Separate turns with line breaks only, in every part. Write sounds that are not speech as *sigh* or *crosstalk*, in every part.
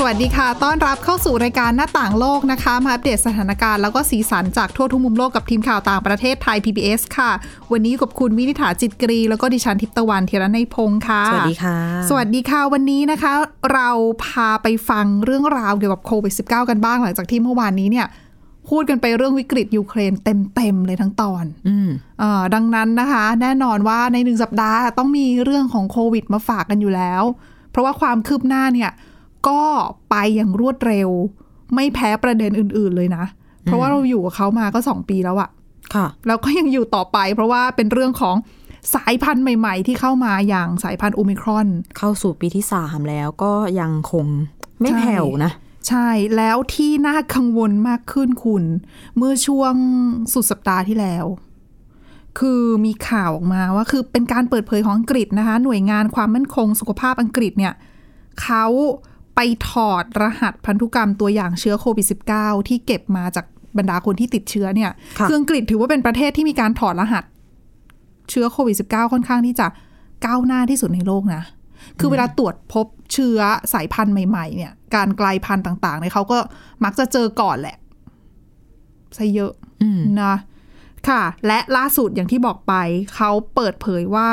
สวัสดีค่ะ ต้อนรับเข้าสู่รายการหน้าต่างโลกนะคะ มาอัปเดตสถานการณ์แล้วก็สีสันจากทั่วทุกมุมโลกกับทีมข่าวต่างประเทศไทย PBS ค่ะ วันนี้อยู่กับคุณวินิษฐาจิตกรี แล้วก็ดิฉันทิพย์ตะวันเทยระในยพงค์ค่ะ
สวัสดีค่ะ
สวัสดีค่ะ วันนี้นะคะ เราพาไปฟังเรื่องราวเกี่ยวกับโควิด -19 กันบ้างหลังจากที่เมื่อวานนี้เนี่ย พูดกันไปเรื่องวิกฤตยูเครนเต็มๆเลยทั้งตอน
อืม
เอ่อดังนั้นนะคะ แน่นอนว่าในหนึ่งสัปดาห์ต้องมีเรื่องของโควิดมาฝากกันอยู่แล้ว เพราะว่าความคืบหน้าเนี่ย ก็ไปอย่างรวดเร็ว ไม่แพ้ประเด็นอื่นๆเลยนะ เพราะว่าเราอยู่กับเขามาก็ 2 ปีแล้วอะ
ค่ะ
แล้วก็ยังอยู่ต่อไป เพราะว่าเป็นเรื่องของสายพันธุ์ใหม่ ๆ ที่เข้ามาอย่างสายพันธุ์โอมิครอน
เข้าสู่ปีที่สามแล้วก็ยังคงไม่
ใช่
แผ่วนะ
ใช่แล้วที่น่ากังวลมากขึ้นคุณ เมื่อช่วงสุดสัปดาห์ที่แล้ว คือมีข่าวออกมาว่าคือเป็นการเปิดเผยของอังกฤษนะคะ หน่วยงานความมั่นคงสุขภาพอังกฤษเนี่ยเขาไปถอดรหัสพันธุกรรมตัวอย่างเชื้อโควิด -19 ที่เก็บมาจากบรรดาคนที่ติดเชื้อเนี่ย
ค่ะ
ออังกฤษถือว่าเป็นประเทศที่มีการถอดรหัส เชื้อโควิด -19 ค่อนข้างที่จะก้าวหน้าที่สุดในโลกนะ คือเวลาตรวจพบเชื้อสายพันธุ์ใหม่ ๆ เนี่ย การกลายพันธุ์ต่างๆเนี่ยเขาก็มักจะเจอก่อนแหละซะเยอะ
อืม
นะ ค่ะ และล่าสุดอย่างที่บอกไป เขาเปิดเผยว่า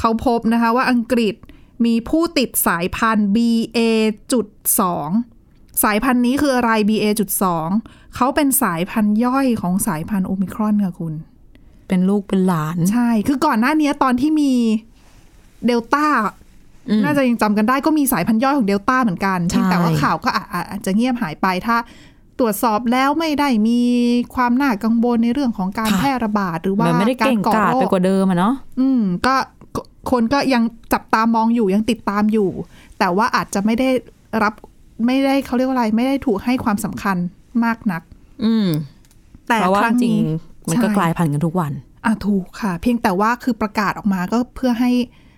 เขาพบนะคะว่าอังกฤษมีผู้ติดสายพันธุ์ BA.2 สายพันธุ์นี้คืออะไร BA.2 เขาเป็นสายพันธุ์ย่อยของสายพันธุ์โอมิครอนค่ะคุณ
เป็นลูกเป็นหลาน
ใช่ คือก่อนหน้านี้ตอนที่มีเดลต้า
อืม
น่าจะยังจำกันได้ก็มีสายพันธุ์ย่อยของเดลต้าเหมือนกัน
ใช่
เพียงแต่ว่าข่าวก็อาอาอาจจะเงียบหายไปถ้า ตรวจสอบแล้วไม่ได้มีความน่ากังวลในเรื่องของการแพร่ระบาด หรือว่า
แบบไม่ได้
การ
เก่ง
ก่อก
าจ
โร
ไป
ค
กว่าเดิมอะเนาะ
อืมก็ก็คนก็ยังจับตามองอยู่ยังติดตามอยู่ แต่ว่าอาจจะไม่ได้รับไม่ได้เขาเรียกว่าอะไร ไม่ได้ถูกให้ความสำคัญมากนัก
อืม
แต่
เพราะว่า
ครั้ง
จริง
นี้
ๆมันก็
ใช่
กลายพันธุ์กันทุกวัน
อ่ะถูกค่ะ เพียงแต่ว่าคือประกาศออกมาก็เพื่อให้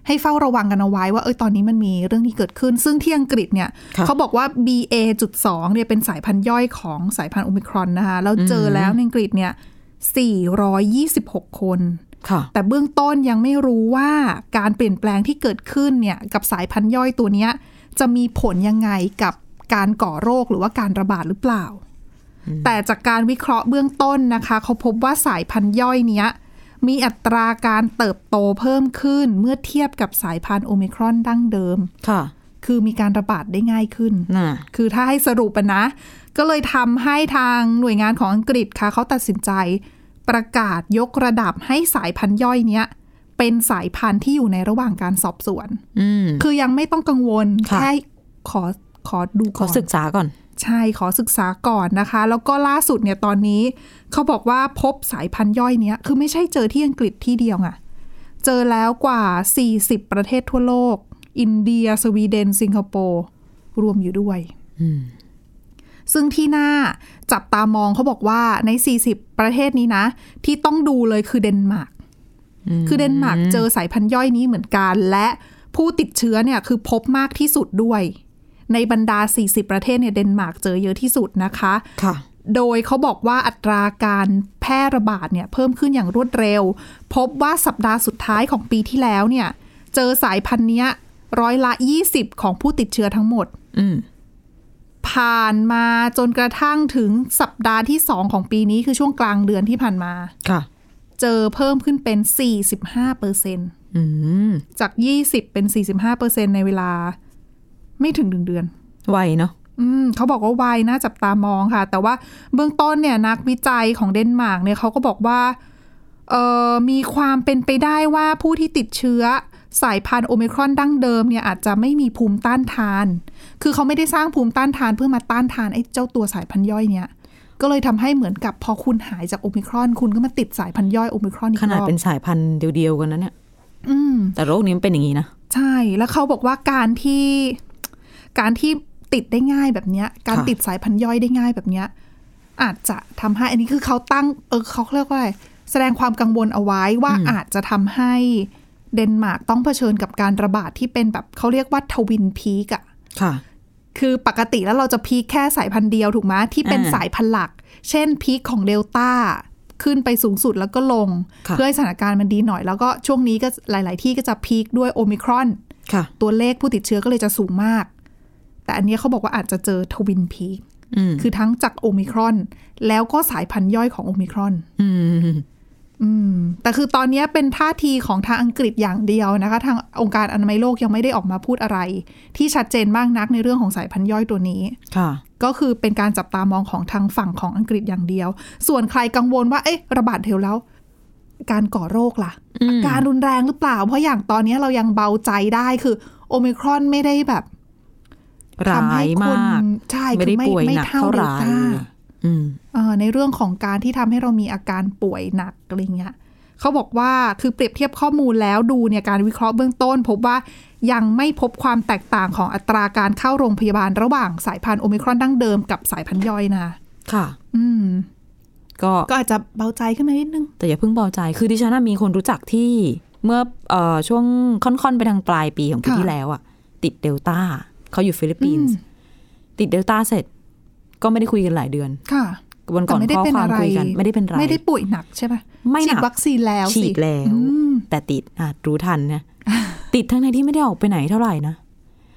ให้เฝ้าระวังกันเอาไว้ว่าเอยตอนนี้มันมีเรื่องที่เกิดขึ้น ซึ่งที่อังกฤษเนี่ย
ค่ะ
เขาบอกว่า BA.2 เนี่ยเป็นสายพันธุ์ย่อยของสายพันธุ์โอมิครอนนะคะ แล้วเจอแล้วในอังกฤษเนี่ย 426 คน
ค่ะ
แต่เบื้องต้นยังไม่รู้ว่าการเปลี่ยนแปลงที่เกิดขึ้นเนี่ย กับสายพันธุ์ย่อยตัวเนี้ย จะมีผลยังไงกับการก่อโรคหรือว่าการระบาดหรือเปล่า แต่จากการวิเคราะห์เบื้องต้นนะคะ เขาพบว่าสายพันธุ์ย่อยเนี้ย มีอัตราการเติบโตเพิ่มขึ้นเมื่อเทียบกับสายพันธุ์โอมิครอนดั้งเดิม
ค่ะ
คือมีการระบาดได้ง่ายขึ้น
น่ะ
คือถ้าให้สรุปอะนะ ก็เลยทำให้ทางหน่วยงานของอังกฤษค่ะ เขาตัดสินใจประกาศยกระดับให้สายพันธุ์ย่อยเนี้ย เป็นสายพันธุ์ที่อยู่ในระหว่างการสอบสวน
อืม
คือยังไม่ต้องกังวล
ค่ะ
แค่ขอขอดู
ข
ก่
อ
อน
ศึกษาก่อน
ใช่ขอศึกษาก่อนนะคะ แล้วก็ล่าสุดเนี่ยตอนนี้เขาบอกว่าพบสายพันธุ์ย่อยเนี้ย คือไม่ใช่เจอที่อังกฤษที่เดียวอะเจอแล้วกว่า 40 ประเทศทั่วโลก อินเดีย สวีเดน สิงคโปร์ รวมอยู่ด้วย
อืม
ซึ่งที่น่าจับตามองเขาบอกว่าใน 40 ประเทศนี้นะ ที่ต้องดูเลยคือเดนมาร์ก คือเดนมาร์กเจอสายพันธุ์ย่อยนี้เหมือนกัน และผู้ติดเชื้อเนี่ยคือพบมากที่สุดด้วย ในบรรดา 40 ประเทศเนี่ยเดนมาร์กเจอเยอะที่สุดนะคะ
ค่ะ
โดยเขาบอกว่าอัตราการแพร่ระบาดเนี่ยเพิ่มขึ้นอย่างรวดเร็ว พบว่าสัปดาห์สุดท้ายของปีที่แล้วเนี่ย เจอสายพันธุ์เนี้ยร้อยละ 20 ของผู้ติดเชื้อทั้งหมด
อืม
ผ่านมาจนกระทั่งถึงสัปดาห์ที่ 2 ของปีนี้คือช่วงกลางเดือนที่ผ่านมา
ค่ะ
เจอเพิ่มขึ้นเป็น 45เปอร์เซ็น
อืม
จาก 20 เป็น 45เปอร์เซ็นในเวลา ไม่ถึงหนึ่งเดือน
ไวเนาะ
อืมเขาบอกว่าไวน่าจับตามองค่ะ แต่ว่าเบื้องต้นเนี่ยนักวิจัยของเดนมาร์กเนี่ยเขาก็บอกว่าเออมีความเป็นไปได้ว่าผู้ที่ติดเชื้อสายพันธุ์โอมิครอนดั้งเดิมเนี่ยอาจจะไม่มีภูมิต้านทาน คือเขาไม่ได้สร้างภูมิต้านทานเพื่อมาต้านทานไอ้เจ้าตัวสายพันธุ์ย่อยเนี่ย ก็เลยทำให้เหมือนกับพอคุณหายจากโอมิครอน คุณก็มาติดสายพันธุ์ย่อยโอมิครอนอีกร
ข
อบ
นาดเป็นสายพันธุ์เดียวๆกันนะเนี่ย
อืม
แต่โรคนี้มันเป็นอย่างนี้นะ
ใช่แล้วเขาบอกว่าการที่การที่ติดได้ง่ายแบบเนี้ย การ
ค่ะ
ติดสายพันธุ์ย่อยได้ง่ายแบบเนี้ย อาจจะทำให้อันนี้คือเขาตั้งเออเขาเรียกว่าอะไรแสดงความกังวลเอาไว้ว่าอาจจะทำให้เดนมาร์กต้องเผชิญกับการระบาดที่เป็นแบบเขาเรียกว่าทวินพีกอะ
ค่ะ
คือปกติแล้วเราจะพีคแค่สายพันธุ์เดียวถูกไหมที่เป็น
อ่า
สายพันธุ์หลัก เช่นพีคของเดลต้าขึ้นไปสูงสุดแล้วก็ลง
ค่ะ
เพื่อให้สถานการณ์มันดีหน่อยแล้วก็ช่วงนี้ก็หลาย ๆ ที่ก็จะพีคด้วยโอมิครอน
ค่ะ
ตัวเลขผู้ติดเชื้อก็เลยจะสูงมาก แต่อันเนี้ยเขาบอกว่าอาจจะเจอทวินพีค
อืม
คือทั้งจากโอมิครอน แล้วก็สายพันธุ์ย่อยของโอมิครอน
อืม
อืม แต่คือตอนเนี้ยเป็นท่าทีของทางอังกฤษอย่างเดียวนะคะ ทางองค์การอนามัยโลกยังไม่ได้ออกมาพูดอะไร ที่ชัดเจนมากนักในเรื่องของสายพันธุ์ย่อยตัวนี้
ค่ะ
ก็คือเป็นการจับตามองของทางฝั่งของอังกฤษอย่างเดียว ส่วนใครกังวลว่าเอ๊ะระบาดเร็วแล้ว การก่อโรคล่ะ
อืม
อาการรุนแรงหรือเปล่า เพราะอย่างตอนเนี้ยเรายังเบาใจได้คือโอมิครอนไม่ได้แบบ
ร้า
ทำให้
ย
ค
มานก
ใช่
ไม่
คื
ได้
อไม่
ป่วย
ไม่
หนัก
เท่า
เท่า
เด
ไห
ล
ร่
ต้า
อืม
เอ่อในเรื่องของการที่ทำให้เรามีอาการป่วยหนักอะไรเงี้ยเขาบอกว่าคือเปรียบเทียบข้อมูลแล้วดูเนี่ยการวิเคราะห์เบื้องต้น พบว่ายังไม่พบความแตกต่างของอัตราการเข้าโรงพยาบาลระหว่างสายพันธุ์โอมิครอนดั้งเดิมกับสายพันธุ์ย่อยนะ
ค่ะ
อืม
ก็
ก็อาจจะเบาใจขึ้นมานิดนึง
แต่อย่าเพิ่งเบาใจ คือดิฉันน่ะมีคนรู้จักที่เมื่อเออช่วงค่อนๆ ไปทางปลายปีของปี
ค่ะ
ที่แล้วอะติดเดลต้าเขาอยู่ฟิลิปปินส์
อื
ติดเดลต้าเสร็จ ก็ไม่ได้คุยกันหลายเดือน
ค่ะ
วันก่อนข้อความคุยกัน ไม่ได้เป็นไร
ไม่ได้ป่วยหนักใช่ปะ
ไม่ห
ฉี
นัก
ดวัคซีนแล้วสิ
ฉีดแล้ว
อืม
แต่ติดอ่ะรู้ทัน
*laughs*
นะติดทั้งในที่ไม่ได้ออกไปไหนเท่าไหร่นะ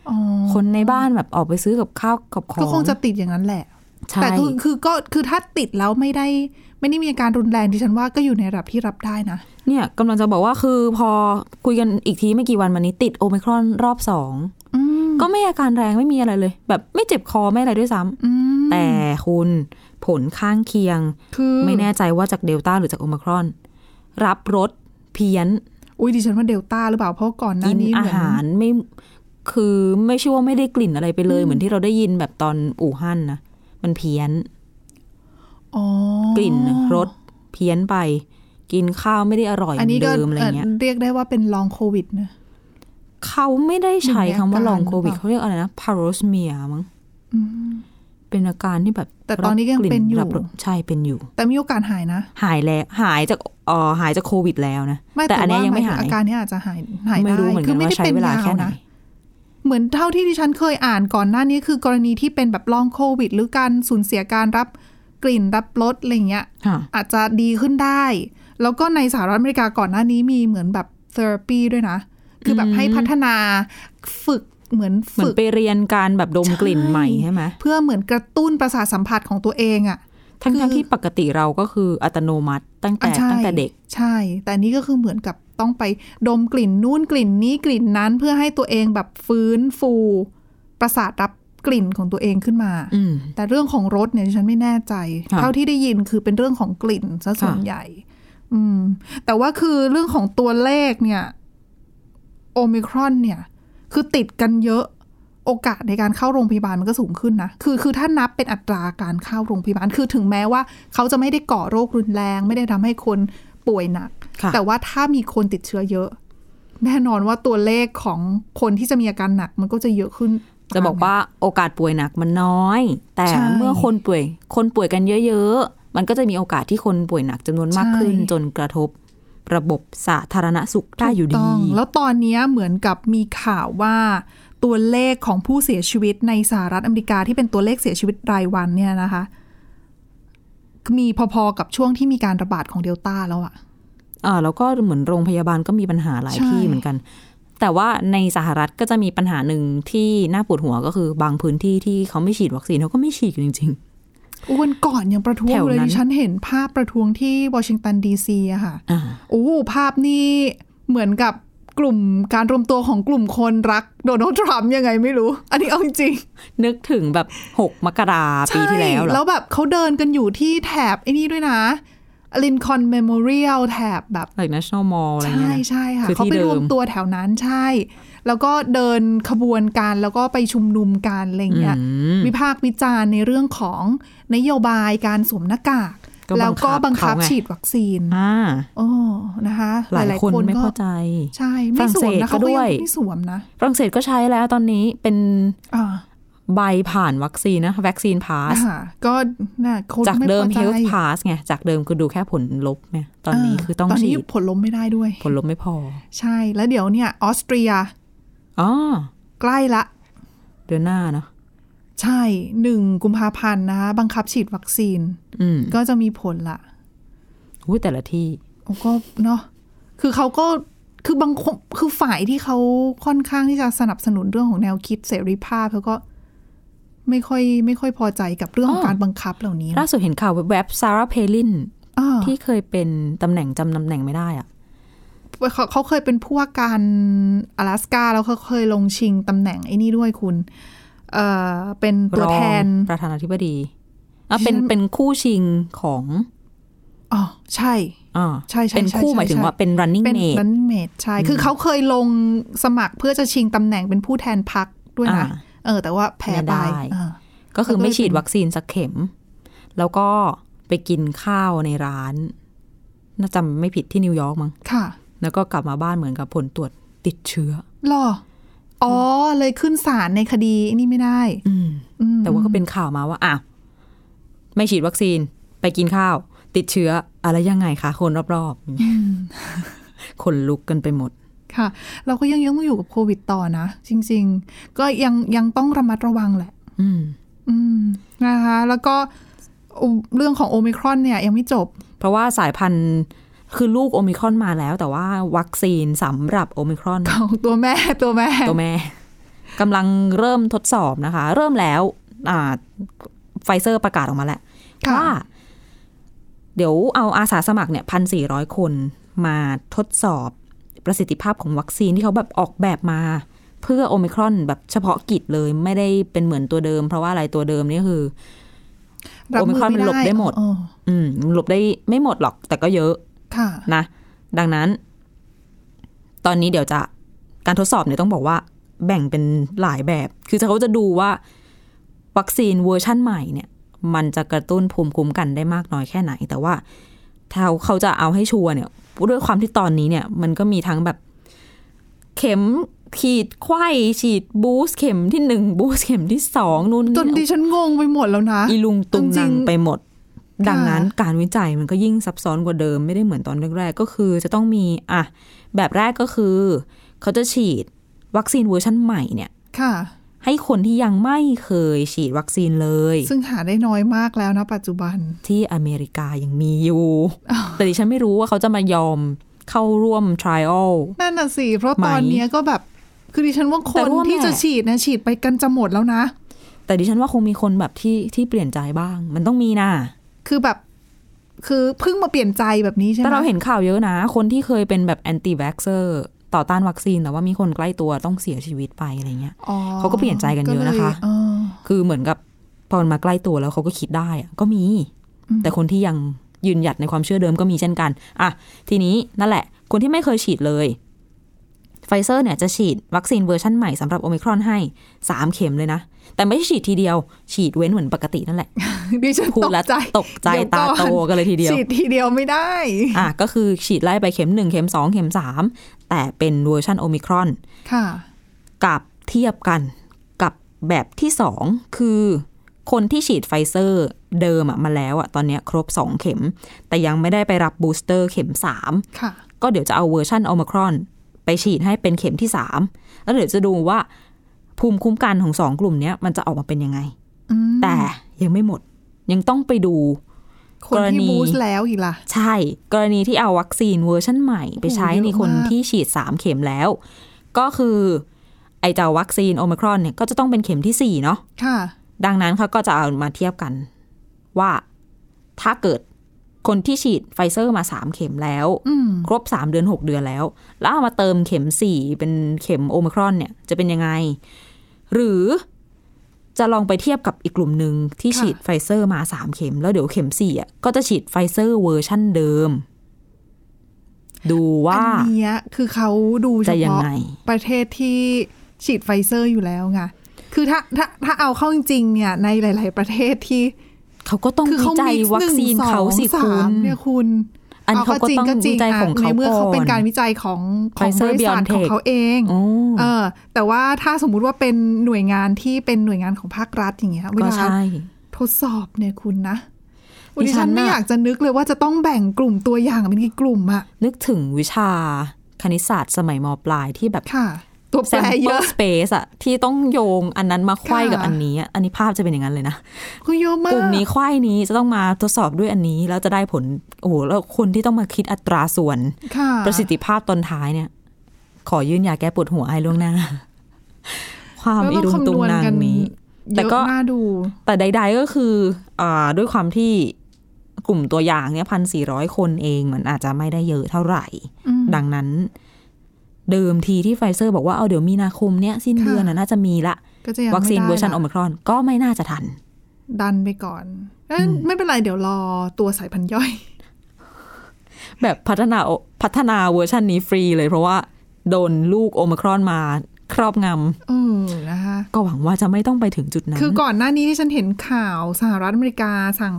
อ๋อ
คนในบ้านแบบออกไปซื้อกับข้าวกับของ
ก็คงจะติดอย่างนั้นแหละ
ใช่
แต่คือคือก็คือถ้าติดแล้วไม่ได้ ไม่ได้มีอาการรุนแรงดิฉันว่าก็อยู่ในระดับที่รับได้นะ
เนี่ยกำลังจะบอกว่าคือพอคุยกันอีกทีไม่กี่วันมานี้ติดโอมครอนรอบสอง
อืม
ก็ไม่อาการแรงไม่มีอะไรเลย แบบไม่เจ็บคอไม่อะไรด้วยซ้ำ
อืม
แต่คุณผลข้างเคียง
คือ
ไม่แน่ใจว่าจากเดลต้าหรือจากโอมครอน รับรสเพี้ยน
อุ้ยดิฉันว่าเดลต้าหรือเปล่า เพราะก่อนหน้า
กิน
นี้
อา
เหมือน
หารไม่คือไม่ใช่ว่าไม่ได้กลิ่นอะไรไปเลย เหมือนที่เราได้ยินแบบตอนอู่ฮั่นนะมันเพี้ยน
อ๋อก
ลิ่นรสเพี้ยนไป กินข้าวไม่ได้อร่อยเห
อัน
มือ
นี้
น
ก็
เดิมอะไรเงี้ย
เอ่อเรียกได้ว่าเป็นลองโควิดนะ
เขาไม่ได้ใช้คำว่าลองโควิด
หรือเปล่า
เขาเรียกอะไรนะพารสเมียมั้ง
อืม
เป็นอาการที่แบบ
แต่ตอนนี้ก็ยัง
รับลิ่
เป็นอยู่
รับรสใช่เป็นอยู่
แต่มีโอกาสหายนะ
หายแล้วหายจากเอ่อหายจากโควิดแล้วนะ
ไม่
แต่อันเนี้ย
ว่า
ยังไม่
ถึ
หาย
อาการเนี้ยอาจจะหายหาย
ไม่
ได้
รู้เหมือน
คื
กัน
ไม่ได้
ว่าใช้
เป็น
เวลาย
าว
แค่ไหน
นะเหมือนเท่าที่ดิฉันเคยอ่านก่อนหน้านี้คือกรณีที่เป็นแบบลองโควิด หรือการสูญเสียการรับกลิ่นรับรสอะไรเงี้ย
ค่ะ
อาจจะดีขึ้นได้ แล้วก็ในสหรัฐอเมริกาก่อนหน้านี้มีเหมือนแบบเทอราปีด้วยนะ คือแบบให้พัฒนาฝึกเหมือน
เหมือ
ฝึ
น
ก
ไปเรียนการแบบดม
ใช่
กลิ่นใหม่ใช่ไหม
เพื่อเหมือนกระตุ้นประสาทสัมผัสของตัวเองอะ่ะ
ทั้ง
คือ
ทั้งที่ปกติเราก็คืออัตโนมัติตั้งแต่
อ่ะใช่
ตั้งแต่เด็ก
ใช่ แต่อันนี้ก็คือเหมือนกับต้องไปดมกลิ่นนู้นกลิ่นนี้กลิ่นนั้น เพื่อให้ตัวเองแบบฟื้นฟู ประสาทรับกลิ่นของตัวเองขึ้นมา
อืม
แต่เรื่องของรถเนี่ยดิฉันไม่แน่ใจ
ค่ะ
เท่าที่ได้ยินคือเป็นเรื่องของกลิ่นซะส่วน
ค่ะ
ใหญ่ อืม แต่ว่าคือเรื่องของตัวเลขเนี่ย โอมิครอนเนี่ย คือติดกันเยอะ โอกาสในการเข้าโรงพยาบาลมันก็สูงขึ้นนะ คือคือถ้านับเป็นอัตราการเข้าโรงพยาบาล คือถึงแม้ว่า เขาจะไม่ได้ก่อโรครุนแรง ไม่ได้ทำให้คนป่วยหนัก
ค่ะ
แต่ว่าถ้ามีคนติดเชื้อเยอะ แน่นอนว่าตัวเลขของคนที่จะมีอาการหนัก มันก็จะเยอะขึ้น
จะบอก
ตม
ว่าโอกาสป่วยหนักมันน้อย แต่
ใช่
เมื่อคนป่วย คนป่วยกันเยอะๆ มันก็จะมีโอกาสที่คนป่วยหนักจำนวนมาก
ใช่
ขึ้น จนกระทบ ระบบสาธารณสุขได้อยู่
ถูก
ดี
ต้องแล้วตอนเนี้ยเหมือนกับมีข่าวว่า ตัวเลขของผู้เสียชีวิตในสหรัฐอเมริกาที่เป็นตัวเลขเสียชีวิตรายวันเนี่ยนะคะ มีพอๆกับช่วงที่มีการระบาดของเดลต้าแล้วอะ
อ่าแล้วก็เหมือนโรงพยาบาลก็มีปัญหาหลาย
ใช่
ที่เหมือนกัน แต่ว่าในสหรัฐก็จะมีปัญหาหนึ่งที่น่าปวดหัวก็คือบางพื้นที่ที่เขาไม่ฉีดวัคซีนเขาก็ไม่ฉีดกันจริง
อ้วนก่อนยังประท้วง
แถว
เลย
นั้น
ดิฉันเห็นภาพประท้วงที่วอชิงตันดีซีอะค่ะ
ๆอ่า
โอ้ภาพนี่เหมือนกับกลุ่มการรวมตัวของกลุ่มคนรักโดนัลด์ทรัมป์ยังไงไม่รู้ อันนี้เอาจริงๆ
นึกถึงแบบ 6 มกราปีที่แล้วเหร
แล้
อ
วแบบเขาเดินกันอยู่ที่แถบไอ้นี่ด้วยนะลินคอนเมมโมเรียลแถบแบบ
หลัก national mall อะไร
ใช่
เงี้ยนะ
ใช่ค่ะ
คือ
เขา
ที่
ไป
เดิม
รวมตัวแถวนั้นใช่ แล้วก็เดินขบวนการแล้วก็ไปชุมนุมกันอะไรอย่างเงี้ย
อืม
วิพากษ์วิจารณ์ในเรื่องของนโยบายการสวมหน้ากาก
ก็บังคับ
แล้วก็บังคับ
เขาไง
ฉีดวัคซีน
อ่า
โอ้นะคะ
หลายคนไม่
ก็
เข้าใจ
ใช่ไม่สวมนะ
ฝรั่
เขาก็
งเศสก็ด้
ยั
วย
งไม่สวมนะ
ฝรั่งเศสก็ใช้แล้วตอนนี้เป็น
อ่า
ใบผ่านวัคซีนนะวัคซีนพาส
อ่าก็น่ะคน
จาก
ไม่
เดิม
พอใจ
health pass ไงจากเดิมคือดูแค่ผลลบไงตอนนี้
า
คือต้อง
ตอน
ฉี
นี้
ด
ผลล้มไม่ได้ด้วย
ผลลบไม่พอ
ใช่แล้วเดี๋ยวเนี่ยออสเตรีย
อ๋อ
ใกล้ละ
เดือนหน้าเนาะ
ใช่หนึ่งกุมภาพันธ์นะคะบังคับฉีดวัคซีน
อืม
ก็จะมีผลละ
อุ้ยแต่ละที่
โอ้ก็เนาะ คือเขาก็ คือบางคนคือฝ่ายที่เขาค่อนข้างที่จะสนับสนุนเรื่องของแนวคิดเสรีภาพเขาก็ไม่ค่อยไม่ค่อยพอใจกับเรื่องของ
อ้อ
การบังคับเหล่านี้นะ
ล่าสุดเห็นข่าวแวบซาร่าเพลิน
อ่า
ที่เคยเป็นตำแหน่งจำตำแหน่งไม่ได้อะ
เขาเขาเคยเป็นผู้ว่าการอลาสกาแล้วเขาเคยลงชิงตำแหน่งไอ้นี่ด้วยคุณ เอ่อ เป็นตัวแทน
รองประธานาธิบดีอ่ะเป็น
ฉัน
เป็นคู่ชิงของ
อ๋อ ใช่
อ่า
ใช่ใช่
เป็น
ใช่
คู่
ใช่
หมายถึง
ใช่
ว่าเป็น running
เป็น
mate
รันเมดใช่ คือเขาเคยลงสมัครเพื่อจะชิงตำแหน่งเป็นผู้แทนพักด้วยนะ
อ่า
เออ แต่ว่าแพ้
ไม่
ไป
ได้
อ่า
ก็คือไม่ฉีด
แล้วก็เลยเป็น
วัคซีนสักเข็ม แล้วก็ไปกินข้าวในร้าน น่าจำไม่ผิดที่นิวยอร์กมั้ง
ค่ะ
แล้วก็กลับมาบ้านเหมือนกับผลตรวจติดเชื้อ
หรอ อ๋อ เลยขึ้นศาลในคดีนี่ไม่ได้
อืม
อืม
แต่ว่าก็เป็นข่าวมาว่า อ่ะ ไม่ฉีดวัคซีน ไปกินข้าว ติดเชื้อ อะไรยังไงคะ คนรอบๆ คนลุกกันไปหมด
ค่ะ เราก็ยังยังต้องอยู่กับโควิดต่อนะ จริง ๆ ก็ยังยังต้องระมัดระวังแหละ
อืม
อืมนะคะ แล้วก็อุเรื่องของโอมิครอนเนี่ย ยังไม่จบ
เพราะว่าสายพันธุ์คือลูกโอมิครอนมาแล้ว แต่ว่าวัคซีนสำหรับโอมิครอน
ของตัวแม่ตัวแม่
ตัวแม่กำลังเริ่มทดสอบนะคะ เริ่มแล้ว อ่าไฟเซอร์ประกาศออกมาแล้ว
ค่ะ
ว่า เดี๋ยวเอาอาสาสมัครเนี่ยพันสี่ร้อยคนมาทดสอบประสิทธิภาพของวัคซีนที่เขาแบบออกแบบมา เพื่อโอมิครอนแบบเฉพาะกิจเลยไม่ได้เป็นเหมือนตัวเดิม เพราะว่าอะไรตัวเดิมนี่คือ
รับ
โอมิครอนมันหลบได้หมด
เออ
อืมหลบได้ไม่หมดหรอก แต่ก็เยอะ
ค่ะ
นะดังนั้น ตอนนี้เดี๋ยวจะการทดสอบเนี่ยต้องบอกว่า แบ่งเป็นหลายแบบ คือเขาจะดูว่า วัคซีนเวอร์ชั่นใหม่เนี่ย มันจะกระตุ้นภูมิคุ้มกันได้มากน้อยแค่ไหน แต่ว่าถ้าเขาจะเอาให้ชัวร์เนี่ยด้วยความที่ตอนนี้เนี่ย มันก็มีทั้งแบบ เข็มฉีดไข้ฉีดบูสต์เข็มที่หนึ่งบูสต์เข็มที่สองนู่น
จนดิฉันงงไปหมดแล้วนะ
อีลุงตุง
จริ
นั
ง
ง
ๆ
ไปหมด
ะ
ดังนั้นการวิจัยมันก็ยิ่งซับซ้อนกว่าเดิมไม่ได้เหมือนตอนแรกๆ ก็คือจะต้องมีอ่ะแบบแรกก็คือ เขาจะฉีดวัคซีนเวอร์ชันใหม่เนี่ย
ค่ะ
ให้คนที่ยังไม่เคยฉีดวัคซีนเลย
ซึ่งหาได้น้อยมากแล้วนะปัจจุบัน
ที่อเมริกายังมีอยู่
*laughs*
แต่ดิฉันไม่รู้ว่าเขาจะมายอมเข้าร่วม trial
นั่นน่ะสิ เพราะตอน
ไหม
เนี้ยก็แบบ คือดิฉันว่าค
แต่
น
ร่วม
ที่
แหละ
จะฉีดนะฉีดไปกันจะหมดแล้วนะ
แต่ดิฉันว่าคงมีคนแบบที่ที่เปลี่ยนใจบ้าง มันต้องมีนะ
คือแบบ คือเพิ่งมาเปลี่ยนใจแบบนี้ใช่ไหม
แต่เราเห็นข่าวเยอะนะ คนที่เคยเป็นแบบแอนตี้วัคเซอร์ต่อต้านวัคซีน แต่ว่ามีคนใกล้ตัวต้องเสียชีวิตไปอะไรเงี้ย
อ๋อ
เขาก็เปลี่ยนใจกันเยอะนะคะ
ก็ลอ๋อ
คือเหมือนกับพอมันมาใกล้ตัวแล้วเขาก็คิดได้อะก็มี
อืม
แต่คนที่ยังยืนหยัดในความเชื่อเดิมก็มีเช่นกัน อ่ะ ทีนี้นั่นแหละ คนที่ไม่เคยฉีดเลยไฟเซอร์เนี่ยจะฉีดวัคซีนเวอร์ชันใหม่สำหรับโอมิครอนให้สามเข็มเลยนะ แต่ไม่ใช่ฉีดทีเดียว ฉีดเว้นเหมือนปกตินั่นแหละ
ดิฉัน
พู
ต
ด
ก
แล้ว
ใจ
ตกใจ
เดี๋ยว
ตา
ก่
โต
อน
กันเลยทีเดียว
ฉีดทีเดียวไม่ได้
อ่ะก็คือฉีดไล่ไปเข็มหนึ่งเข็มสองเข็มสามแต่เป็นเวอร์ชันโอมิครอน
ค่ะ
กับเทียบกันกับแบบที่ 2 คือ คนที่ฉีดไฟเซอร์เดิมอะมาแล้วอะตอนเนี้ยครบ 2 เข็ม แต่ยังไม่ได้ไปรับบูสเตอร์เข็ม
ค่ะ
3 ก็เดี๋ยวจะเอาเวอร์ชันโอมครอน ไปฉีดให้เป็นเข็มที่ 3 แล้วเดี๋ยวจะดูว่า ภูมิคุ้มกันของ 2 กลุ่มเนี้ยมันจะออกมาเป็นยังไง
อืม
แต่ยังไม่หมดยังต้องไปดู
คนที่
กรณี
บูสต์แล้วอีกล่ะ
ใช่ กรณีที่เอาวัคซีนเวอร์ชันใหม่ ไปใช้
โอ้โห
ใน
เยอะมาก
คนที่ฉีด 3 เข็มแล้ว ก็คือไอเจ้าวัคซีนโอมครอนเนี่ยก็จะต้องเป็นเข็มทีสี่4 เนาะ
ค่ะ
ดังนั้นเขาก็จะเอามาเทียบกัน ว่าถ้าเกิดคนที่ฉีดไฟเซอร์มา 3 เข็มแล้ว
อืม
ครบ 3 เดือน 6 เดือนแล้ว แล้วเอามาเติมเข็ม 4 เป็นเข็มโอมครอนเนี่ยจะเป็นยังไง หรือจะลองไปเทียบกับอีกกลุ่มหนึ่งที่
ค่ะ
ฉีดไฟเซอร์มา 3 เข็ม แล้วเดี๋ยวเข็ม 4อ่ะก็จะฉีดไฟเซอร์เวอร์ชั่นเดิม ดูว่า
อันเนี้ยคือเขาดูเฉ
จะยัง
พาะ
ไง
ประเทศที่ฉีดไฟเซอร์อยู่แล้วไง คือถ้าถ้าถ้าเอาเข้าจริงๆเนี่ย ในหลาย ๆ ประเทศที่
เขาก็ต้อง
คือ
วิ
เขา
จัย
มี
วัคซีนเขาสิ
ส
คุณ
เนี่ยคุณ
อันนี้เขาก็ต้องวิจัยของเขา
ในเมื่อเขา
ก่อน
เป็นการวิจัยของของบ
Pfizer
ริษัทของ
BioNTech
เขาเอง
โอ้
เออ แต่ว่าถ้าสมมุติว่าเป็นหน่วยงานที่เป็นหน่วยงานของภาครัฐอย่างเงี้ยเว
ก็
ลา
ใช่
ทดสอบเนี่ยคุณนะ
ดิฉัน
ดิฉันไม่
น่ะ
อยากจะนึกเลยว่าจะต้องแบ่งกลุ่มตัวอย่างเป็นกี่กลุ่มอะ
นึกถึงวิชาคณิตศาสตร์สมัยมปลายที่แบบ
ค่ะ ตัวแป
แซม
รเย
เปิล
อะ
สเปซอะที่ต้องโยงอันนั้นมาไขว้
ค่ะ
กับอันนี้อะอันนี้ภาพจะเป็นอย่างนั้นเลยนะ
คือเยอะมาก
กลุ่มนี้ไขว้นี้จะต้องมาทดสอบด้วยอันนี้ แล้วจะได้ผลโอ้โหแล้วคนที่ต้องมาคิดอัตราส่วน
ค่ะ
ประสิทธิภาพตอนท้ายเนี่ย ขอยื่นยาแก้ปวดหัวไอ้ล่วงหน้า *laughs* ความ
แล้ว
อี
ต้
รุง
คำ
ตุง
วณ
นาง
กั
นี้ แต่
เยอะ
ก็
น่าดู
แต่ใด ๆก็คืออาด้วยความที่กลุ่มตัวอย่างเนี่ยพันสี่ร้อยคนเองมันอาจจะไม่ได้เยอะเท่าไหร่
อืม
ดังนั้น เดิมทีที่ไฟเซอร์บอกว่าเอาเดี๋ยวมีนาคมเนี้ยสิ้นเดือน
ค่ะ
น่ะน่าจะมีละ
ก็จะยังไม่
วัคซีน
ได้
เวอร์ชันโอ
นะ
มครอน ก็ไม่น่าจะทัน
ดันไปก่อนเอ้ยไม่เป็นไรเดี๋ยวรอตัวสายพันธุ์ย่อย
แบบพัฒนาพัฒนาเวอร์ชันนี้ฟรีเลยเพราะว่าโดนลูกโอมครอนมาครอบง
เออนะคะ
ำก็หวังว่าจะไม่ต้องไปถึงจุดนั้น
คือก่อนหน้านี้ที่ฉันเห็นข่าวสหรัฐอเมริกาสั่ง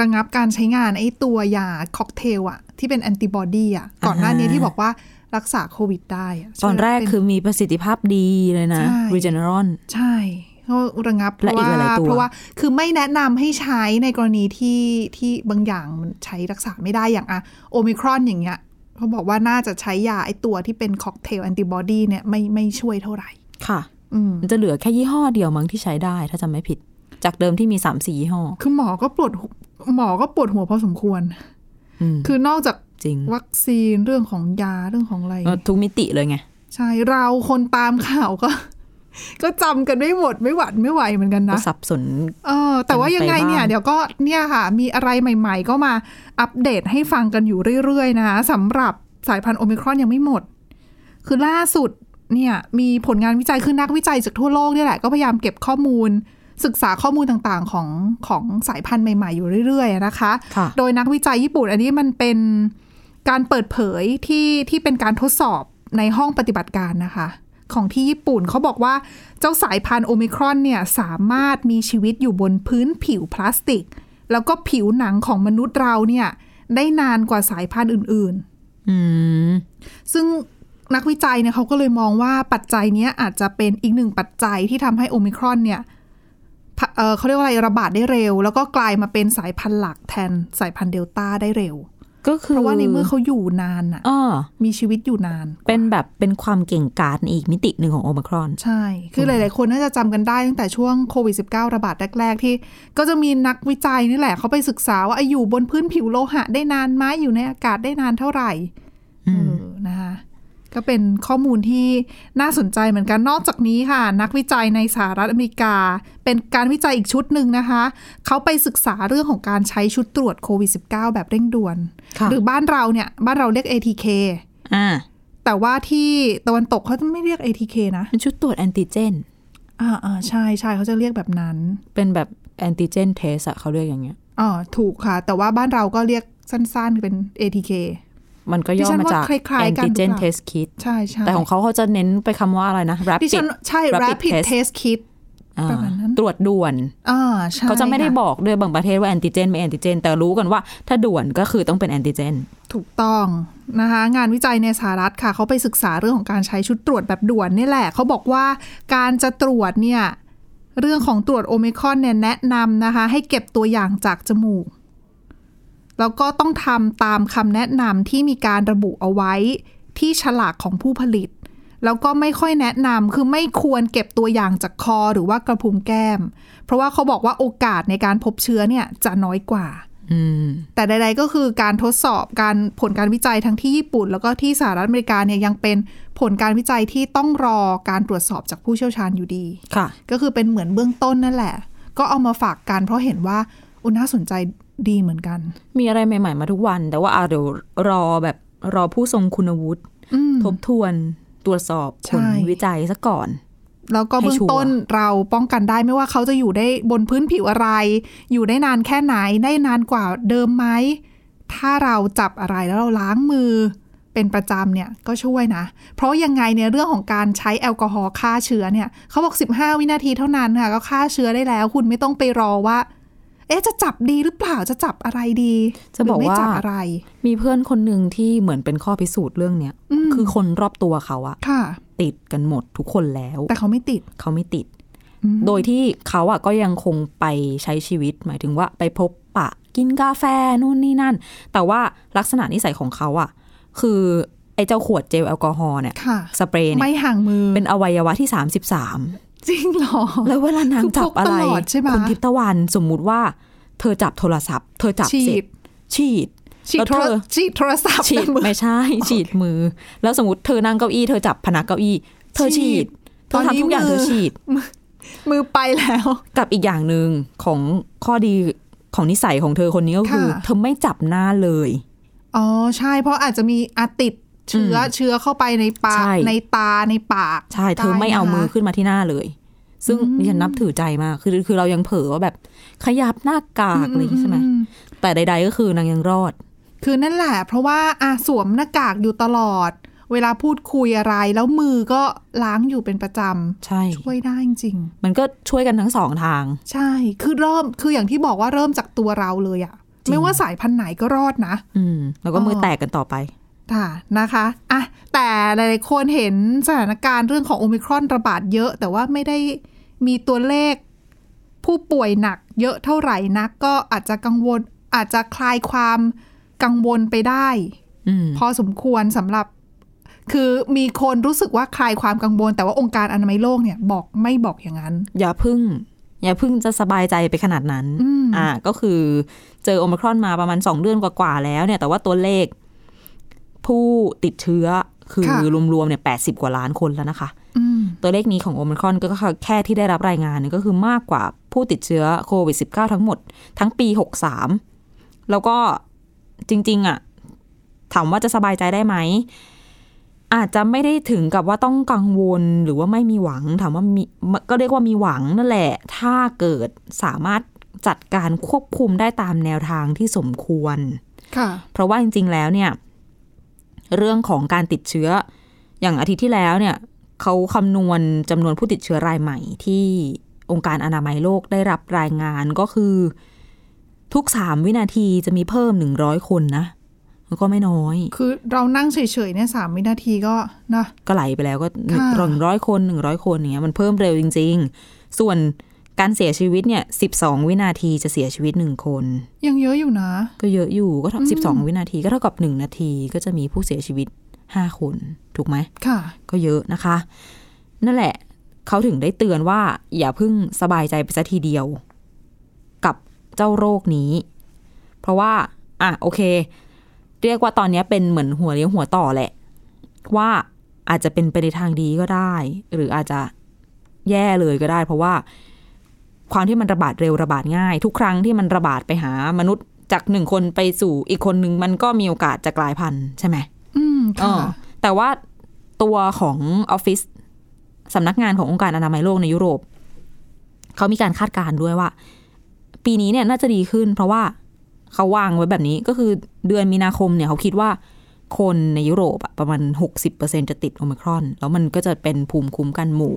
ระงงับการใช้งานไอ้ตัวยาค็อกเทลอะที่เป็นแอนติบอดีอะก่อนหน้านี้
อ่า
ที่บอกว่ารักษาโควิดได้ะ
ตอนแรก
เป็น
คือมีประสิทธิภาพดีเลยนะ
ใช่
Regeneron
ใช่เขาระงับเพ
และ
ราะ
อีก
ว่า
หลายๆตัว
เพราะว่าคือไม่แนะนำให้ใช้ในกรณีที่ที่บางอย่างมันใช้รักษาไม่ได้อย่างอะโอมิครอนอย่างเงี้ยเขาบอกว่าน่าจะใช้ยาไอ้ตัวที่เป็นค็อกเทลแอนติบอดีเนี่ยไม่ไม่ช่วยเท่าไหร่
ค่ะ
อืม
มันจะเหลือแค่ยี่ห้อเดียวมั้งที่ใช้ได้ ถ้าจำไม่ผิด จากเดิมที่มีสามสี่ยี่ห้อ
คือหมอก็ปวดหัวหมอก็ปวดหัวพอสมควร
อืม
คือนอกจาก
จริง
วัคซีนเรื่องของยาเรื่องของอะไร
เออทุกมิติเลยไง
ใช่เราคนตามข่าวก็ ก็จำกันไม่หมดไม่หวัดไม่ไหวเหมือนกัน
ก็
นะ
สับสน
เออแต่ว่ายังไงเนี่ย
จำไปบ้าง
เดี๋ยวก็เนี่ยค่ะ มีอะไรใหม่ๆ ก็มาอัปเดตให้ฟังกันอยู่เรื่อยๆนะคะสำหรับสายพันธุ์โอมิครอนยังไม่หมด คือล่าสุดเนี่ยมีผลงานวิจัยคือนักวิจัยจากทั่วโลกเนี่ยแหละก็พยายามเก็บข้อมูล ศึกษาข้อมูลต่างๆของของสายพันธุ์ใหม่ๆ อยู่เรื่อยๆนะคะ
ค่ะ
โดยนักวิจัยญี่ปุ่นอันนี้มันเป็นการเปิดเผยที่ที่เป็นการทดสอบในห้องปฏิบัติการนะคะ ของที่ญี่ปุ่นเขาบอกว่าเจ้าสายพันธุ์โอมิครอนเนี่ยสามารถมีชีวิตอยู่บนพื้นผิวพลาสติก แล้วก็ผิวหนังของมนุษย์เราเนี่ยได้นานกว่าสายพันธุ์อื่น ๆ
อืม
ซึ่งนักวิจัยเนี่ยเขาก็เลยมองว่าปัจจัยเนี้ยอาจจะเป็นอีกหนึ่งปัจจัยที่ทำให้โอมิครอนเนี่ยพะเอ่อเขาเรียกว่าอะไรระบาดได้เร็ว แล้วก็กลายมาเป็นสายพันธุ์หลักแทนสายพันธุ์เดลต้าได้เร็ว
ก็คือ
เพราะว่าในเมื่อเขาอยู่นานอะ
อ้อ
มีชีวิตอยู่นาน
เป็นแบบเป็นความเก่งกาจในอีกมิติหนึ่งของโอมครอน
ใช่ คือหลาย ๆ คนน่าจะจำกันได้ตั้งแต่ช่วงโควิด -19 ระบาดแรก ๆ ที่ก็จะมีนักวิจัยนี่แหละเขาไปศึกษาว่าไอ้อยู่บนพื้นผิวโลหะได้นานไหมอยู่ในอากาศได้นานเท่าไหร่
อืม
เออนะคะก็เป็นข้อมูลที่น่าสนใจเหมือนกันนอกจากนี้ค่ะ นักวิจัยในสหรัฐอเมริกา เป็นการวิจัยอีกชุดหนึ่งนะคะเขาไปศึกษาเรื่องของการใช้ชุดตรวจโควิด -19 แบบเร่งด่วน
ค่ะ
หรือบ้านเราเนี่ยบ้านเราเรียก ATK
อ่า
แต่ว่าที่ตะวันตกเขาจะไม่เรียก ATK นะ
เป็นชุดตรวจแอนติเจน
อ่าอ่าใช่ใช่เขาจะเรียกแบบนั้น
เป็นแบบแอนติเจนเทสอะเขาเรียกอย่างเงี้ย
อ๋อถูกค่ะ แต่ว่าบ้านเราก็เรียกสั้นๆเป็น ATK
มันก็ย่อ
ดิฉัน
มา
ว่า
จาก
คล้าย
แอน
ๆกัน
ติเจน
หรือเปล่า
เทสคิด
ใช่ใช่
แต่ของเขาเขาจะเน้นไปคำว่าอะไรนะ
ดิ
rapid
ฉันใช่
Rapid
rapid
test
test kit
อ่า
ประมาณนั้น
ตรวจด่วน
อ่าใช่
เขาจะไม่ได้
ค่
บอกด้วยบางประเทศว่าแอนติเจนไม่แอนติเจน แต่รู้กันว่าถ้าด่วนก็คือต้องเป็นแอนติเจน
ถูกต้องนะคะ งานวิจัยในสหรัฐค่ะ เขาไปศึกษาเรื่องของการใช้ชุดตรวจแบบด่วนนี่แหละ เขาบอกว่าการจะตรวจเนี่ย เรื่องของตรวจโอมิครอนเนี่ยแนะนำนะคะ ให้เก็บตัวอย่างจากจมูก แล้วก็ต้องทำตามคำแนะนำที่มีการระบุเอาไว้ที่ฉลากของผู้ผลิต แล้วก็ไม่ค่อยแนะนำคือไม่ควรเก็บตัวอย่างจากคอหรือว่ากระพุ้งแก้ม เพราะว่าเขาบอกว่าโอกาสในการพบเชื้อเนี่ยจะน้อยกว่า
อืม
แต่ใดๆก็คือการทดสอบการผลการวิจัยทั้งที่ญี่ปุ่น แล้วก็ที่สหรัฐอเมริกาเนี่ยยังเป็นผลการวิจัยที่ต้องรอการตรวจสอบจากผู้เชี่ยวชาญอยู่ดี
ค่ะ
ก็คือเป็นเหมือนเบื้องต้นนั่นแหละ ก็เอามาฝากกันเพราะเห็นว่าอุยน่าสนใจดีเหมือนกัน
มีอะไรใหม่ ๆ มาทุกวัน แต่ว่าอ่ะเดี๋ยวรอแบบรอผู้ทรงคุณวุฒิ
อืม
ทบทวนตรวจสอบ
ใช่
ผลวิจัยซะก่อน
แล้วก็เบื้องต้นเราป้องกันได้ไม่ว่าเขาจะอยู่ได้บนพื้นผิวอะไร อยู่ได้นานแค่ไหนได้นานกว่าเดิมไหมถ้าเราจับอะไรแล้วเราล้างมือเป็นประจำเนี่ยก็ช่วยนะ เพราะยังไงในยเรื่องของการใช้แอลกอฮอล์ฆ่าเชื้อเนี่ยเขาบอก 15 วินาทีเท่านั้นค่ะก็ฆ่าเชื้อได้แล้ว คุณไม่ต้องไปรอว่า เอ๊ะจะจับดีหรือเปล่าจะจับอะไรดี
จะบอก
หรืไม่
ว่า
จับอะไร
มีเพื่อนคนหนึ่งที่เหมือนเป็นข้อพิสูจน์เรื่องเนี้ย
อืม
คือคนรอบตัวเขาอะ
ค่ะ
ติดกันหมดทุกคนแล้ว
แต่เขาไม่ติด
เขาไม่ติด
อืม
โดยที่เขาอะก็ยังคงไปใช้ชีวิต หมายถึงว่าไปพบปะกินกาแฟนู่นนี่นั่น แต่ว่าลักษณะนิสัยของเขาอะคือ ไอ้เจ้าขวดเจลแอลกอฮอล์เนี่ย
ค่ะ
สเปรย์
ไม่
เนี่ย
ห่างมือ
เป็นอวัยวะที่ 33
จริงเหรอ
แล้วเวลานางจับอะไร
คือพกตลอดใช่ไหม
คุณทิพย์ตะวันสมมุติว่า เธอจับโทรศัพท์ เธอจับ
ฉี
เสร็จ
ด
ฉีด
ฉีด
แล้ว
โทร
เธอ
ฉีดโทรศัพท์
ฉีด
ในมือ
ไม่ใช่
*laughs*
ฉีดมือ แล้วสมมติเธอนั่งเก้าอี้เธอจับพนักเก้าอี้ เธอ
ฉี
ฉี
ด
ด
ต
เธอ
อนนี้
ทำทุกอย่าง
มือ
เธอฉีด
มือไปแล้ว
กับอีกอย่างหนึ่งของข้อดีของนิสัยของเธอคนนี้ก็คือ
ค่ะ
เธอไม่จับหน้าเลย
อ๋อใช่ เพราะอาจจะมีอาติดเชื้อเชื้อเข้าไปในปา
ใช่
กในตาในปาก
ใช่ เธอ
ด้
ไม่เอา
นะคะ
มือขึ้นมาที่หน้าเลย ซึ่งดิฉันนับถือใจมาก คือคือเรายังเผลอว่าแบบขยับหน้ากากอะไรอย่างงี้ใช่ไหม
อือือื
แต่ใด ๆ ก็คือนางยังรอด
คือนั่นแหละ เพราะว่าอ่ะสวมหน้ากากอยู่ตลอด เวลาพูดคุยอะไร แล้วมือก็ล้างอยู่เป็นประจ
ใช่
ำช่วยได้จริง
มันก็ช่วยกันทั้งสองทาง
ๆใช่ คือเริ่มคืออย่างที่บอกว่าเริ่มจากตัวเราเลยอะไม่ว่าสายพันธุ์ไหนก็รอดนะ
อืมแล้วก็มือ
เออ
แตกกันต่อไป
ค่ะนะคะอ่ะแต่หลายๆคนเห็นสถานการณ์เรื่องของโอมิครอนระบาดเยอะ แต่ว่าไม่ได้มีตัวเลขผู้ป่วยหนักเยอะเท่าไหร่นัก ก็อาจจะกังวลอาจจะคลายความกังวลไปได้
อืม
พอสมควรสำหรับ คือมีคนรู้สึกว่าคลายความกังวล แต่ว่าองค์การอนามัยโลกเนี่ยบอกไม่บอกอย่างนั้น
อย่าเพึ่ง อย่าเพึ่งจะสบายใจไปขนาดนั้น
อืม
ก็คือเจอโอมครอนมาประมาณสองเดือนกว่าๆแล้วเนี่ย แต่ว่าตัวเลข ผู้ติดเชื้อคือ
ค่ะ
รวมๆเนี่ยแปดสิบกว่าล้านคนแล้วนะคะ
อืม
ตัวเลขนี้ของโอมครอนก็คือแค่ที่ได้รับรายงานเนี่ยก็คือมากกว่าผู้ติดเชื้อโควิด -19 ทั้งหมด ทั้งปี 63 แล้วก็จริง ๆ อ่ะ ถามว่าจะสบายใจได้ไหม อาจจะไม่ได้ถึงกับว่าต้องกังวลหรือว่าไม่มีหวัง ถามว่ามีก็เรียกว่ามีหวังนั่นแหละ ถ้าเกิดสามารถจัดการควบคุมได้ตามแนวทางที่สมควร
ค่ะ
เพราะว่าจริง ๆ แล้วเนี่ย เรื่องของการติดเชื้อ อย่างอาทิตย์ที่แล้วเนี่ยเขาคำนวณจำนวนผู้ติดเชื้อรายใหม่ ที่องค์การอนามัยโลกได้รับรายงานก็คือ ทุกสามวินาทีจะมีเพิ่มหนึ่งร้อยคนนะมันก็ไม่น้อย
คือเรานั่งเฉยๆเนี่ยสามวินาทีก็นะ
ก็ไหลไปแล้วก็
ค่ะ
หนึ่งร้อยคนหนึ่งร้อยคนอย่างเงี้ยมันเพิ่มเร็วจริง ๆ ส่วนการเสียชีวิตเนี่ยสิบสองวินาทีจะเสียชีวิตหนึ่งคน
ยังเยอะอยู่นะ
ก็เยอะอยู่ก็สิบสองวินาทีก็เท่ากับหนึ่งนาทีก็จะมีผู้เสียชีวิตห้าคนถูกไหม
ค่ะ
ก็เยอะนะคะ นั่นแหละเขาถึงได้เตือนว่า อย่าเพิ่งสบายใจไปซะทีเดียว กับเจ้าโรคนี้ เพราะว่า อ่ะโอเค เรียกว่าตอนเนี้ยเป็นเหมือนหัวเลี้ยวหัวต่อแหละ ว่าอาจจะเป็นไปในทางดีก็ได้ หรืออาจจะแย่เลยก็ได้ เพราะว่า ความที่มันระบาดเร็วระบาดง่าย ทุกครั้งที่มันระบาดไปหามนุษย์จากหนึ่งคนไปสู่อีกคนหนึ่งมันก็มีโอกาสจะกลายพันธุ์ใช่ไหม
อืม
เอ
ค่ะ
อแต่ว่าตัวของออฟฟิศสำนักงานขององค์การอนามัยโลกในยุโรป เขามีการคาดการณ์ด้วยว่า ปีนี้เนี่ยน่าจะดีขึ้น เพราะว่าเขาวางไว้แบบนี้ก็คือเดือนมีนาคมเนี่ยเขาคิดว่าคนในยุโรปอะประมาณ 60%จะติดโอมิครอน แล้วมันก็จะเป็นภูมิคุ้มกันหมู่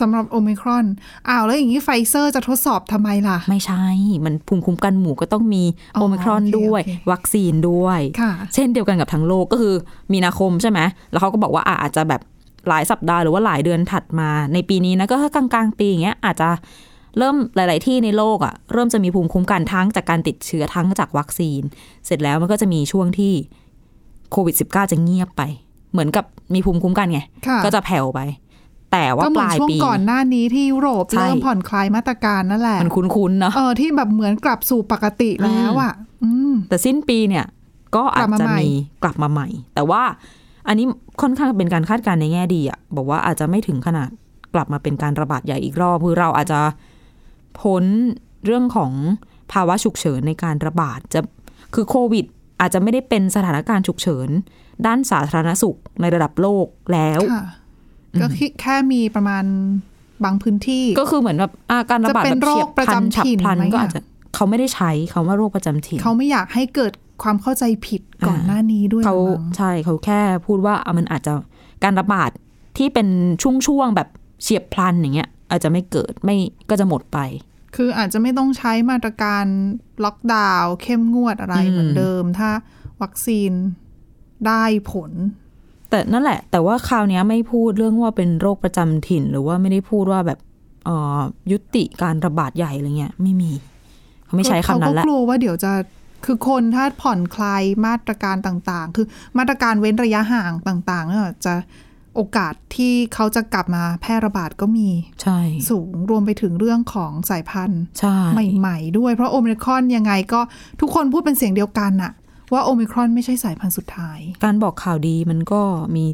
สำหรับโอมิครอนอ้าวแล้วอย่างนี้ไฟเซอร์จะทดสอบทำไมล่ะ
ไม่ใช่ มันภูมิคุ้มกันหมู่ก็ต้องมี
อ๋อ
โอมิครอน
โอเค
ด้วย
โอเค
วัคซีนด้วย
ค่ะ
เช่นเดียวกันกับทั้งโลกก็คือมีนาคมใช่ไหม แล้วเขาก็บอกว่าอ่ะอาจจะแบบหลายสัปดาห์หรือว่าหลายเดือนถัดมา ในปีนี้นะก็กลางๆ ปีอย่างเงี้ยอาจจะเริ่มหลาย ๆ ที่ในโลกอ่ะเริ่มจะมีภูมิคุ้มกันทั้งจากการติดเชื้อทั้งจากวัคซีน เสร็จแล้วมันก็จะมีช่วงที่โควิด -19 จะเงียบไป เหมือนกับมีภูมิคุ้มกันไง
ค่ะ
ก็จะแผ่วไป แต่ว่า
ก็เหมื
ป
อน
ลาย
ช่วง
ปี
ก่อนหน้านี้ที่ยุโรป
ใช่
เริ่มผ่อนคลายมาตรการนั่นแหละ
มันคุ้นๆเนาะ
เออที่แบบเหมือนกลับสู่ปกติแล้วอ่ะ อืม
แต่สิ้นปีเนี่ยก็อาจจะมีกลับมาใหม่ แต่ว่าอันนี้ค่อนข้างเป็นการคาดการณ์ในแง่ดีอะบอกว่าอาจจะไม่ถึงขนาดกลับมาเป็นการระบาดใหญ่อีกรอบคือเราอาจจะพ้นเรื่องของภาวะฉุกเฉินในการระบาดจะคือโควิด อาจจะไม่ได้เป็นสถานการณ์ฉุกเฉิน ด้านสาธารณสุขในระดับโลกแล้ว
ค่ะ ก็คิดแค่มีประมาณบางพื้นที่
ก็คือเหมือนแบบอาการระบาด
จะเป็
แบ
น
บ
โร
เฉี
ค
ยบพ
ประ
ลัน
จำ
ฉับ
ถิ่น
พลัน
ไหม
ก็
อะ
อาจจะเขาไม่ได้ใช้คำว่าโรคประจำถิ่น
เขาไม่อยากให้เกิดความเข้าใจผิดก่อนหน้านี้ด้วย
เขา
มั้ง
ใช่เขาแค่พูดว่าอ่ะมันอาจจะการระบาดที่เป็นช่วงๆแบบเฉียบพลันอย่างเงี้ย อาจจะไม่เกิดไม่ก็จะหมดไป
คืออาจจะไม่ต้องใช้มาตรการล็อกดาวน์เข้มงวดอะไร
อืม
เหมือนเดิม ถ้าวัคซีนได้ผล
แต่นั่นแหละ แต่ว่าคราวเนี้ยไม่พูดเรื่องว่าเป็นโรคประจำถิ่น หรือว่าไม่ได้พูดว่าแบบเอ่อยุติการระบาดใหญ่อะไรเงี้ย ไม่มี เขาไม่ใช้คำนั้น
เขา
ละ
ก็กลัวว่าเดี๋ยวจะ คือคนถ้าผ่อนคลายมาตรการต่างๆ คือมาตรการเว้นระยะห่างต่างๆเนี่ยจะโอกาสที่เขาจะกลับมาแพร่ระบาดก็มี
ใช่
สูงรวมไปถึงเรื่องของสายพันธุ์
ใช่
ใหม่ ๆ ด้วยเพราะโอมิครอนยังไงก็ทุกคนพูดเป็นเสียงเดียวกันน่ะ ว่าโอมิครอนไม่ใช่สายพันธุ์สุดท้าย
การบอกข่าวดีมันก็มี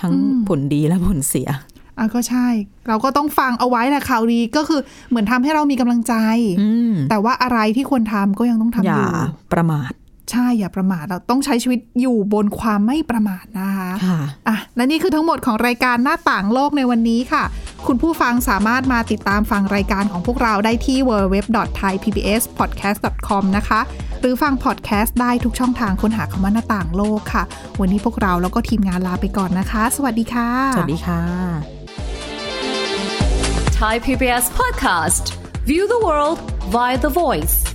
ทั้ง
อืม
ผลดีและผลเสีย
อ่ะก็ใช่ เราก็ต้องฟังเอาไว้แหละข่าวดีก็คือเหมือนทำให้เรามีกำลังใจ
อืม
แต่ว่าอะไรที่ควรทำก็ยังต้องทำอ
อย่า
ยู่
ประมาท
ใช่อย่าประมาทเราต้องใช้ชีวิตอยู่บนความไม่ประมาทนะคะ
ค่ะ
อ่ะและนี่คือทั้งหมดของรายการหน้าต่างโลกในวันนี้ค่ะ คุณผู้ฟังสามารถมาติดตามฟังรายการของพวกเราได้ที่ www.thaipbspodcast.com นะคะ หรือฟังพอดแคสต์ได้ทุกช่องทางค้นหาคำว่าหน้าต่างโลกค่ะ วันนี้พวกเราแล้วก็ทีมงานลาไปก่อนนะคะ สวัสดีค่ะ
สวัสดีค่ะ
Thai PBS podcast. View the world via the voice.